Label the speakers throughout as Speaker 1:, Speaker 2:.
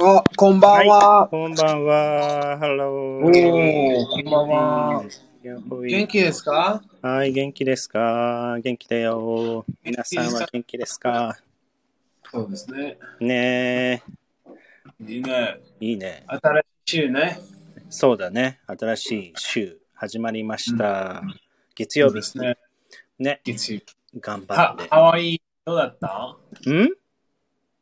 Speaker 1: あ、こんば
Speaker 2: は
Speaker 1: ん
Speaker 2: い、
Speaker 1: は。
Speaker 2: こんばんは。
Speaker 1: お
Speaker 2: Hello.
Speaker 1: ー、こんばんは。元気ですか
Speaker 2: はい、元気ですか元気だよ。
Speaker 1: 元
Speaker 2: 皆
Speaker 1: 気で
Speaker 2: さん
Speaker 1: す
Speaker 2: は
Speaker 1: か
Speaker 2: 元気ですか
Speaker 1: そうですね。
Speaker 2: ね
Speaker 1: いいね。
Speaker 2: え、いいね。
Speaker 1: 新しい週ね。
Speaker 2: そうだね。新しい週、始まりま
Speaker 1: う
Speaker 2: し
Speaker 1: ん、
Speaker 2: た。月
Speaker 1: そ
Speaker 2: 曜
Speaker 1: うで
Speaker 2: 日、
Speaker 1: すね。
Speaker 2: ね、
Speaker 1: 月曜日。
Speaker 2: 頑張っ
Speaker 1: は、
Speaker 2: て。
Speaker 1: ハワイ、どうだった
Speaker 2: ん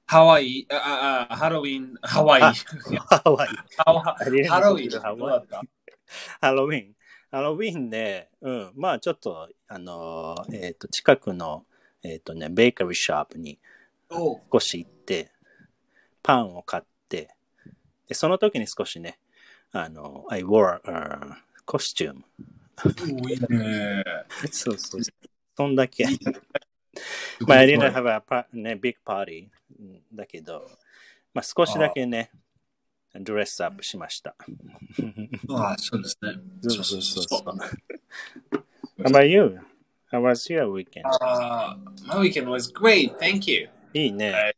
Speaker 1: ハワイ、ああ、あハロウィン、ハワイ。
Speaker 2: あ、ハワイ。
Speaker 1: ハワ
Speaker 2: ありが
Speaker 1: ハロウ
Speaker 2: とうご
Speaker 1: ィン、
Speaker 2: ざいます。ハ
Speaker 1: どう
Speaker 2: ワ
Speaker 1: だ
Speaker 2: イ。
Speaker 1: った
Speaker 2: ハロウィン。ハロウィンで、うん、まあちょっと、あのー、えっ、と、近くの、えっ、とね、ベーカリーショップにあの
Speaker 1: おう
Speaker 2: 少し行って、パンを買って、で、その時に少しね、あの、I wore a costume.
Speaker 1: おう、いいね。
Speaker 2: そうそう。そんだけ。
Speaker 1: いいね。す
Speaker 2: まあ、
Speaker 1: ご
Speaker 2: I
Speaker 1: い。
Speaker 2: didn't have a pa- ね、big party うんだけど、まあ、少しだ
Speaker 1: あ
Speaker 2: けね、ドレスアップしました。
Speaker 1: あ、そうですね。
Speaker 2: そう
Speaker 1: そうそ
Speaker 2: そ
Speaker 1: うう
Speaker 2: そう
Speaker 1: そう。
Speaker 2: そう。How about you? How was your weekend?
Speaker 1: ああ、my weekend was great. Thank you.
Speaker 2: いいね。
Speaker 1: I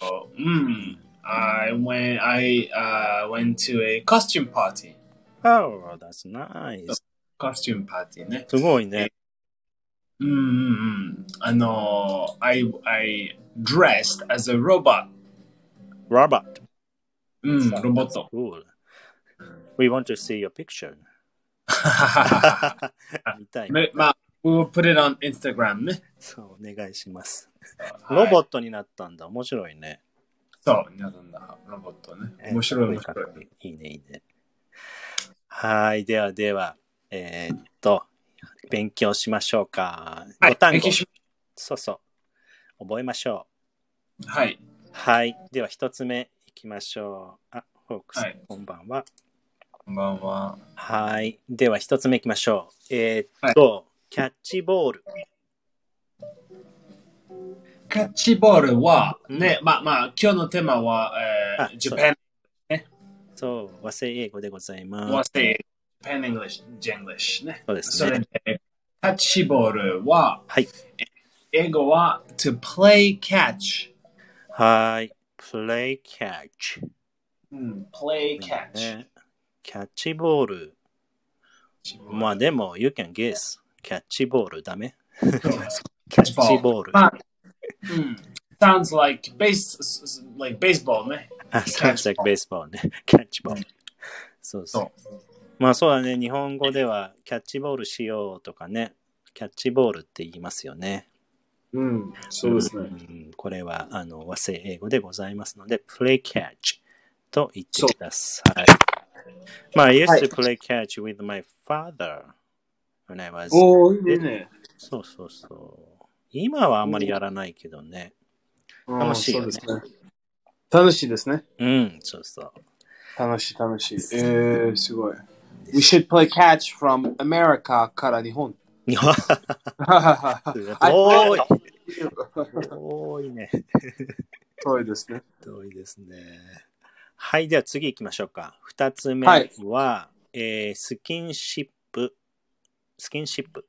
Speaker 1: Oh, mm, I went. I uh, went to a costume party.
Speaker 2: Oh, that's nice.
Speaker 1: Costume party, ね。
Speaker 2: すごい
Speaker 1: え、
Speaker 2: ね。
Speaker 1: うんうんうん。あの、I I dressed as a robot.
Speaker 2: Robot.
Speaker 1: う
Speaker 2: That's,
Speaker 1: ん、ロボッ
Speaker 2: that's
Speaker 1: ト。
Speaker 2: cool. We want to see your picture. 見たい見
Speaker 1: め
Speaker 2: たい。
Speaker 1: まあ、we will put it on Instagram ね。
Speaker 2: そう、お願いします。ロ
Speaker 1: は
Speaker 2: ボ
Speaker 1: い。
Speaker 2: ットになったんだ。面白いね。
Speaker 1: そう、なんだ、ロボットね。
Speaker 2: えー
Speaker 1: 面
Speaker 2: かっ
Speaker 1: 白い
Speaker 2: こいい
Speaker 1: 面
Speaker 2: かっ
Speaker 1: 白い。
Speaker 2: こいい。いいね、いいね。はーい。ではでは、えーっと、勉強しましょうか。
Speaker 1: は
Speaker 2: 五
Speaker 1: い、
Speaker 2: 単
Speaker 1: 勉強
Speaker 2: 語。
Speaker 1: し
Speaker 2: そうそう。覚えましょ
Speaker 1: はい、
Speaker 2: う。はい。では、一つ目いきましょう。あ、フォーク
Speaker 1: は
Speaker 2: さん、
Speaker 1: い。
Speaker 2: こんばんは。
Speaker 1: こんばんは。
Speaker 2: はい。では、一つ目いきましょう。えーっ
Speaker 1: はい。
Speaker 2: と、キャッチボール。
Speaker 1: キャッチボールは、
Speaker 2: うん。
Speaker 1: ね、まあまあ、今日のテーマは、
Speaker 2: あ、
Speaker 1: えー、
Speaker 2: そうだ。
Speaker 1: Japan ね。
Speaker 2: そう。和製英語でございま
Speaker 1: は
Speaker 2: す。
Speaker 1: say Japan English、Jenglish ね。
Speaker 2: そうです
Speaker 1: そ
Speaker 2: ね。
Speaker 1: れで、キャッチボールは、
Speaker 2: はい。
Speaker 1: 英語は to play catch。
Speaker 2: はい。play catch。
Speaker 1: うん、play
Speaker 2: いい
Speaker 1: catch。
Speaker 2: ね。キャッチボール。
Speaker 1: キャッチボー
Speaker 2: まあ
Speaker 1: ル。
Speaker 2: でも、you can guess。キャッチボールダメ。
Speaker 1: そうです。
Speaker 2: キ
Speaker 1: キャ
Speaker 2: ャ
Speaker 1: ッ
Speaker 2: ッ
Speaker 1: チ
Speaker 2: チ
Speaker 1: ボール。
Speaker 2: ボール。
Speaker 1: まあ、うん。sounds like base, like baseball ね。
Speaker 2: あ、
Speaker 1: キ
Speaker 2: sounds
Speaker 1: ャッチ
Speaker 2: like
Speaker 1: ボール。
Speaker 2: baseball ね。キャッチボ
Speaker 1: う
Speaker 2: ール。
Speaker 1: ん、
Speaker 2: そうそう。
Speaker 1: そ
Speaker 2: まあそうだね。日本語ではキャッチボールしようとかね。キャッチボールって言いますよね。
Speaker 1: う。うん、
Speaker 2: う
Speaker 1: そうで
Speaker 2: ん。
Speaker 1: すね。
Speaker 2: これはあの和製英語でございますので、play catch と言って
Speaker 1: そう。
Speaker 2: ください。まあ、I
Speaker 1: は
Speaker 2: used
Speaker 1: い。
Speaker 2: to play catch with my father when I was
Speaker 1: おー、いい
Speaker 2: kid.
Speaker 1: ね。
Speaker 2: そうそうそう。今はあん
Speaker 1: う
Speaker 2: まり
Speaker 1: ん、
Speaker 2: やらないけどね。楽
Speaker 1: うん
Speaker 2: しい
Speaker 1: そう
Speaker 2: よ
Speaker 1: です
Speaker 2: ね。
Speaker 1: ね。楽しいですね。
Speaker 2: うん、そうそう。
Speaker 1: 楽しい楽しい。えー、すごい。
Speaker 2: で
Speaker 1: We
Speaker 2: す
Speaker 1: should play catch from America から日 本。
Speaker 2: 日本
Speaker 1: I play catch
Speaker 2: 遠い
Speaker 1: with you.
Speaker 2: 遠いね。
Speaker 1: そうですね。
Speaker 2: 遠いですね。はい、では次行きましょうか。二つ
Speaker 1: は
Speaker 2: 目
Speaker 1: い。
Speaker 2: は、えースキンシップ。スキンシップ。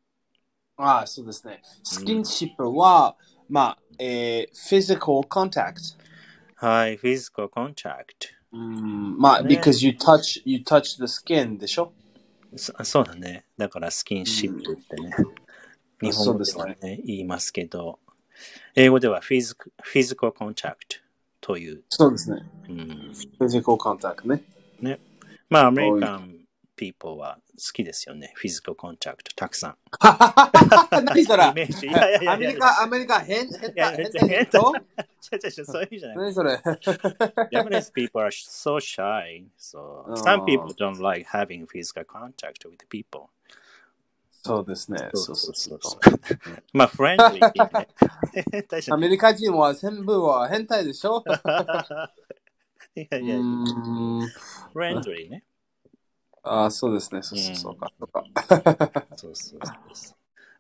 Speaker 1: ああ、そうですね。
Speaker 2: う
Speaker 1: スキン
Speaker 2: ん。
Speaker 1: シップは、まあ、えー、physical contact。
Speaker 2: はい、physical contact。
Speaker 1: うん、まあ、
Speaker 2: ね。
Speaker 1: because you touch, you touch the skin でしょ
Speaker 2: そそうだね。だからスキン
Speaker 1: う
Speaker 2: シップってね。
Speaker 1: ん。
Speaker 2: 日本
Speaker 1: そう
Speaker 2: 語
Speaker 1: で
Speaker 2: ですは
Speaker 1: ね。
Speaker 2: ね、言いますけど、英語ではフィジカフィジカルコンタクトという、
Speaker 1: そうですね。
Speaker 2: うん、
Speaker 1: physical contact ね。
Speaker 2: ね。まあ、アメリ
Speaker 1: おい。
Speaker 2: カン people は好きですよね、フィジカルコンタクト、たくさん。
Speaker 1: 何そ
Speaker 2: イ
Speaker 1: れ
Speaker 2: メージ、いやいやいや
Speaker 1: ア
Speaker 2: い
Speaker 1: メ
Speaker 2: や
Speaker 1: リ
Speaker 2: いや、い
Speaker 1: カ、アメリカ、変、変
Speaker 2: や
Speaker 1: な、
Speaker 2: 全
Speaker 1: 変
Speaker 2: 然
Speaker 1: な
Speaker 2: 変
Speaker 1: 人
Speaker 2: だ。ちょちょちょ、そういうんじゃない。
Speaker 1: 何それ
Speaker 2: Japanese people are so shy, so
Speaker 1: う
Speaker 2: some people
Speaker 1: ん
Speaker 2: don't like having physical contact with people.
Speaker 1: そうですね。
Speaker 2: そう
Speaker 1: そう
Speaker 2: そ
Speaker 1: そうう
Speaker 2: そ
Speaker 1: そうう。
Speaker 2: そう。まあ、フレンドリーにね。大した
Speaker 1: アメリカ人は全部は変態でしょ
Speaker 2: いや
Speaker 1: う
Speaker 2: いやいや、
Speaker 1: ーん。
Speaker 2: フレンドリーね。。
Speaker 1: ああ、そうですね。そううそうそうんか。そうか
Speaker 2: そうそうそうそう。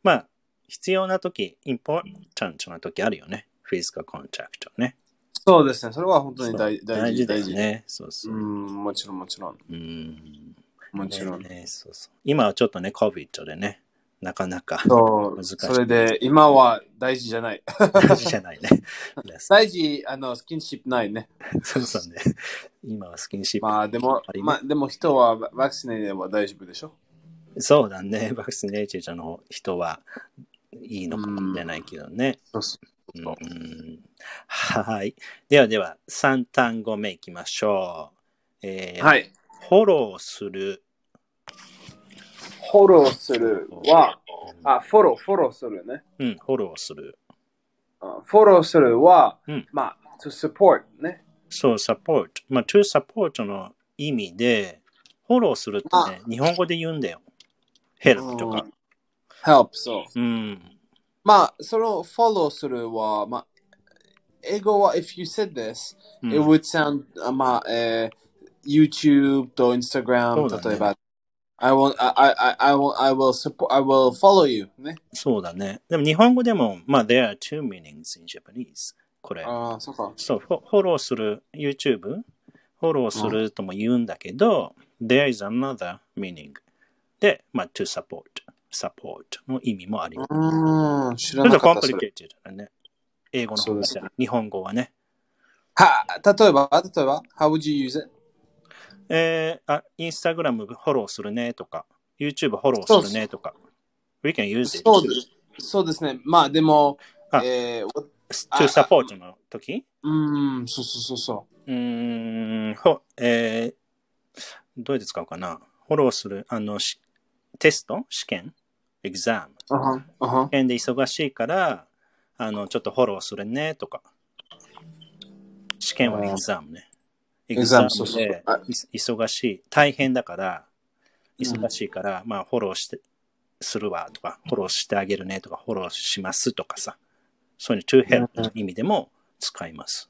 Speaker 2: まあ、必要な時、インポータントな時あるよね。フィジカルコンタクトね。
Speaker 1: そうですね。それは本当に
Speaker 2: そう。
Speaker 1: 大大
Speaker 2: 大
Speaker 1: 事、
Speaker 2: 事だ
Speaker 1: 大
Speaker 2: よ
Speaker 1: 事。
Speaker 2: ね。そう
Speaker 1: うー
Speaker 2: そう。
Speaker 1: ん、もちろん、もちろん。
Speaker 2: うん。
Speaker 1: もち
Speaker 2: ね
Speaker 1: ろん。
Speaker 2: ね、そうそう。今はちょっとね、COVID でね。なかなか
Speaker 1: そ
Speaker 2: 難
Speaker 1: う、
Speaker 2: しい
Speaker 1: それで、今は大事じゃない。
Speaker 2: 大事じ ゃないね。
Speaker 1: 大事、あの、スキンシップないね。
Speaker 2: そうそうね。今はスキンシップ。
Speaker 1: まあ、でも
Speaker 2: あ、りね
Speaker 1: まあ、でも人はワワクチンでは大丈夫でしょ
Speaker 2: そうだね。バックスネイチャーの人はいいのかもしれないけどね。
Speaker 1: そうそ
Speaker 2: うんんはい。ではでは、3単語目いきましょう。え
Speaker 1: う
Speaker 2: ー
Speaker 1: はい。
Speaker 2: フォローする。
Speaker 1: フォローするは、あ、フォロー、フォローするね。
Speaker 2: うん、フォローする。
Speaker 1: あフォローするは、
Speaker 2: うん
Speaker 1: まあ、to support ね。
Speaker 2: そう、サポート。まあ、to support の意味で、フォローするってね、日本語で言うんだよ。help とか。
Speaker 1: help、そう。
Speaker 2: うん。
Speaker 1: まあ、そのフォローするは、まあ、英語は、if you said this,
Speaker 2: うん
Speaker 1: it would sound, あまあ、えー、YouTube と
Speaker 2: そう
Speaker 1: Instagram、
Speaker 2: だね
Speaker 1: 例えば、I will, I, I, I will, I will support, I will follow you ね。
Speaker 2: そうだね。でも日本語でも、まあ、there are two meanings in Japanese. これ。
Speaker 1: ああ、そうか。
Speaker 2: そう、フォフォローする YouTube、フォローするとも言うんだけど、there is another meaning で、まあ、to support、support の意味もあります。
Speaker 1: うん、知
Speaker 2: ち
Speaker 1: ら
Speaker 2: ょっ
Speaker 1: な
Speaker 2: と
Speaker 1: かっ
Speaker 2: コン
Speaker 1: た
Speaker 2: プ
Speaker 1: そ
Speaker 2: リ
Speaker 1: れ。
Speaker 2: ケーテッドだね。英語の
Speaker 1: そう
Speaker 2: 方
Speaker 1: です
Speaker 2: じゃ、日本語はね。
Speaker 1: は、例えば、例えば、how would you use it?
Speaker 2: えー、あ、インスタグラムフォローするねとか、YouTube フォローするねとか。We can use it
Speaker 1: そうですそうですね。まあ、でも
Speaker 2: あ、
Speaker 1: えー、
Speaker 2: to support の時
Speaker 1: うん、そうそうそうそう。
Speaker 2: うーん、ほ、えーどうやって使うかなフォローする、あの、しテスト試験 ?exam。
Speaker 1: あは、あは
Speaker 2: 試。験で忙しいから、あの、ちょっとフォローするね、とか。試験は
Speaker 1: あー
Speaker 2: exam ね。
Speaker 1: exam
Speaker 2: exam
Speaker 1: そうそう
Speaker 2: で
Speaker 1: あ
Speaker 2: い忙しい。大変だから、
Speaker 1: うん
Speaker 2: 忙しいから、まあ、フォローして、するわとか、フォローしてあげるねとか、フォローしますとかさ。そういう to help の意味でも使います。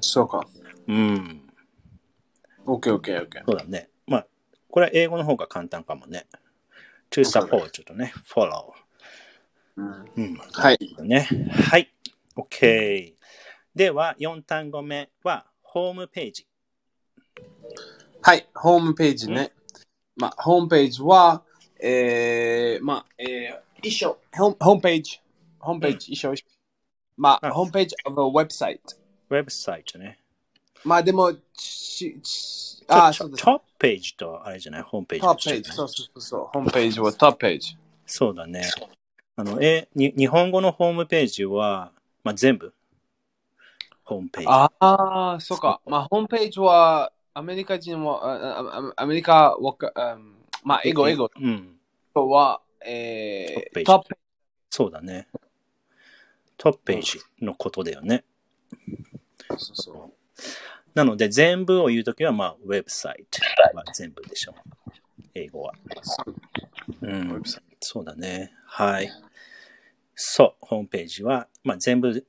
Speaker 1: そうか。
Speaker 2: うん。
Speaker 1: OK, OK, OK.
Speaker 2: そうだね。まあ、これは英語の方が簡単かもね。to
Speaker 1: そうだね
Speaker 2: support とね、follow。
Speaker 1: うん
Speaker 2: うん。
Speaker 1: はい。
Speaker 2: ね。はい。OK。では、4単語目は、ホームページ。
Speaker 1: はい、ホームページね。まあ、ホームページは、えー、まあ、えー、一緒。ホームホームページ。ホームページ、一緒。一緒ま
Speaker 2: あ
Speaker 1: あ、ホームページ of a website。
Speaker 2: ウェブサイトね。
Speaker 1: まあ、でも、ちちあ、
Speaker 2: ち
Speaker 1: そ
Speaker 2: ょ
Speaker 1: う
Speaker 2: ちょ
Speaker 1: です。
Speaker 2: トップページと、あれじゃない、ホームページ
Speaker 1: ト
Speaker 2: と
Speaker 1: ップ
Speaker 2: 一緒
Speaker 1: ページ。
Speaker 2: じゃない。
Speaker 1: そうそうそう。ホームページはトップページ。
Speaker 2: そうだね。あの、え、に日本語のホームページは、まあ、全部、ホームページ。
Speaker 1: ああ、そうか。まあ、ホームページは、アメリカ人は、あああアメリカわか、うんまあ、英語、英語
Speaker 2: うん。
Speaker 1: は、えー、
Speaker 2: ト
Speaker 1: ト
Speaker 2: ッ
Speaker 1: ップ
Speaker 2: そうだね。トップページのことだよね。
Speaker 1: ページ。そうそう。
Speaker 2: なので、全部を言うときは、まあ、ウェブサイトは全部でしょ。英語は。うん、そうだね。はい。そう、ホームページは、まあ、全部い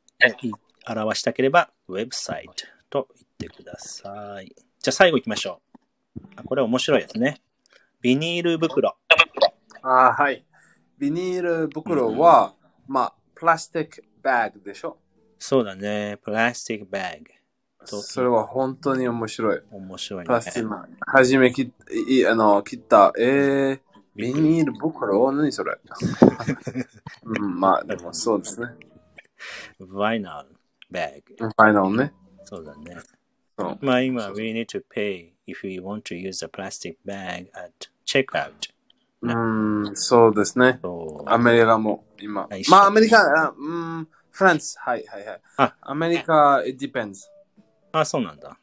Speaker 2: 表したければ、ウェブサイトと言ってください。じゃあ、最後行きましょう。あこれ面白いですね。ビニール袋。
Speaker 1: あーはい。ビニール袋は、まあ、プラスティックバッグでしょ。
Speaker 2: そうだね。プラスティックバッグ。そう
Speaker 1: それは本当に面白い。
Speaker 2: 面白い
Speaker 1: プラスティッ
Speaker 2: ね。
Speaker 1: ク、初め切っいいあの切った、えー、ビ
Speaker 2: ル。
Speaker 1: ニール袋何 それ、うん、まあ、でもそうですね。
Speaker 2: バイナルバッグ。
Speaker 1: ファイナルね。
Speaker 2: そうだね。
Speaker 1: そう
Speaker 2: まあ今、we need to pay if we want to use a plastic bag at checkout.
Speaker 1: うん、そうですね。
Speaker 2: そう
Speaker 1: アメリカも今
Speaker 2: はい。
Speaker 1: まあ、アメリカ、あうん、フランス、はいはいはい。
Speaker 2: あ
Speaker 1: アメリカ、it depends。
Speaker 2: あ、そうなんだ。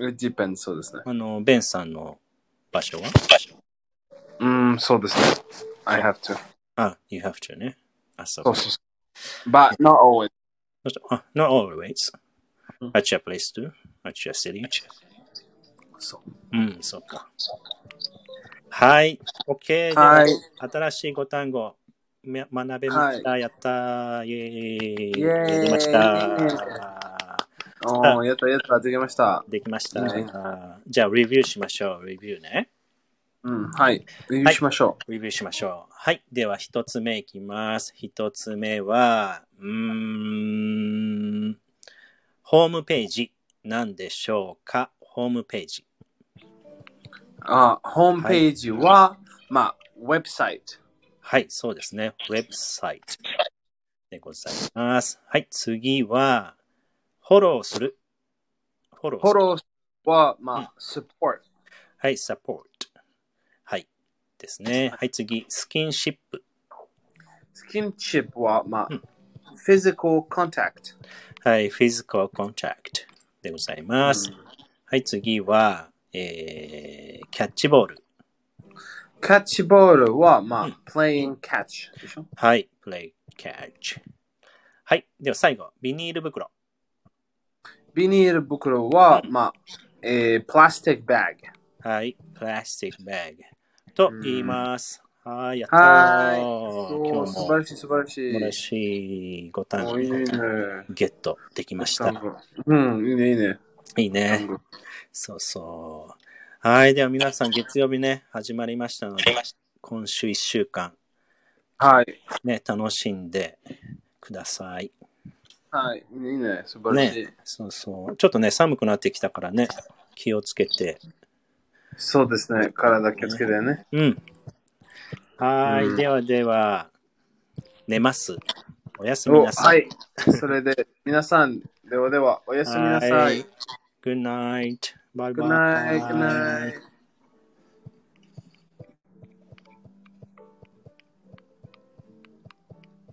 Speaker 1: it depends、そうですね。
Speaker 2: あの、ベンさんの場所は
Speaker 1: うん、そうですね。I have to.
Speaker 2: あ、you have to ね。あ、そう
Speaker 1: そ
Speaker 2: か。
Speaker 1: うそうそう。But not always.
Speaker 2: そしてあ、not always.
Speaker 1: うん
Speaker 2: At your place too. At your city.
Speaker 1: そう
Speaker 2: うん、そうか。はい。OK。
Speaker 1: はい
Speaker 2: では。新しい語単語。め学べました。やったー。イェーイ。
Speaker 1: イエーイ
Speaker 2: やりました。
Speaker 1: おーやったやった、できました。
Speaker 2: できました。
Speaker 1: はい
Speaker 2: じゃあ、レビューしましょう。レビューね。
Speaker 1: うん、はい。レビューしましょ
Speaker 2: レビューしましょう。はい。では、一つ目いきます。一つ目は、うーん、ホームページ、なんでしょうかホームページ。
Speaker 1: う。あホームページは、まあ、ウェブサイト。
Speaker 2: はい、そうですね。ウェブサイトでございます。はい、次は、フォローする。フォロー
Speaker 1: フォ
Speaker 2: する。
Speaker 1: ローは、まあ、support
Speaker 2: はい、サポート。はい、ですね。はい、次、スキンシップ。
Speaker 1: スキンシップは、まあ
Speaker 2: うん、
Speaker 1: フィジカルコンタクト。
Speaker 2: はい、フィジカルコンタクトでございます。はい、次は、えー、キャッチボール。
Speaker 1: キャッチボールは、まあ、playing catch でしょ
Speaker 2: はい、プレイキャッチ。はい、では最後、ビニール袋。
Speaker 1: ビニール袋は、まあ、えー、プラスティックバッグ。
Speaker 2: はい、プラスティックバッグと言います。はい、やったー
Speaker 1: はーい。
Speaker 2: 今
Speaker 1: そう、素晴
Speaker 2: 日も
Speaker 1: らしい、素晴らし
Speaker 2: 素晴ら
Speaker 1: い。
Speaker 2: しいご単
Speaker 1: お
Speaker 2: 語
Speaker 1: いいね。
Speaker 2: ゲットできました。
Speaker 1: うん、いいね、いいね。
Speaker 2: いいね。そうそう。はい、では皆さん、月曜日ね、始まりましたので、今週1週間、
Speaker 1: はい。
Speaker 2: ね、楽しんでください。
Speaker 1: はい、いいね、素晴らしい。
Speaker 2: そうそう。ちょっとね、寒くなってきたからね、気をつけて。
Speaker 1: そうですね、体気をつけてね。
Speaker 2: うん。はーい、
Speaker 1: うん
Speaker 2: ではでは、寝ます。おやすみ
Speaker 1: お
Speaker 2: なさ。
Speaker 1: はいい。それで、皆さん、ではでは、おやすみなさ。
Speaker 2: はい Good night. Bye bye.
Speaker 1: Good night, good night.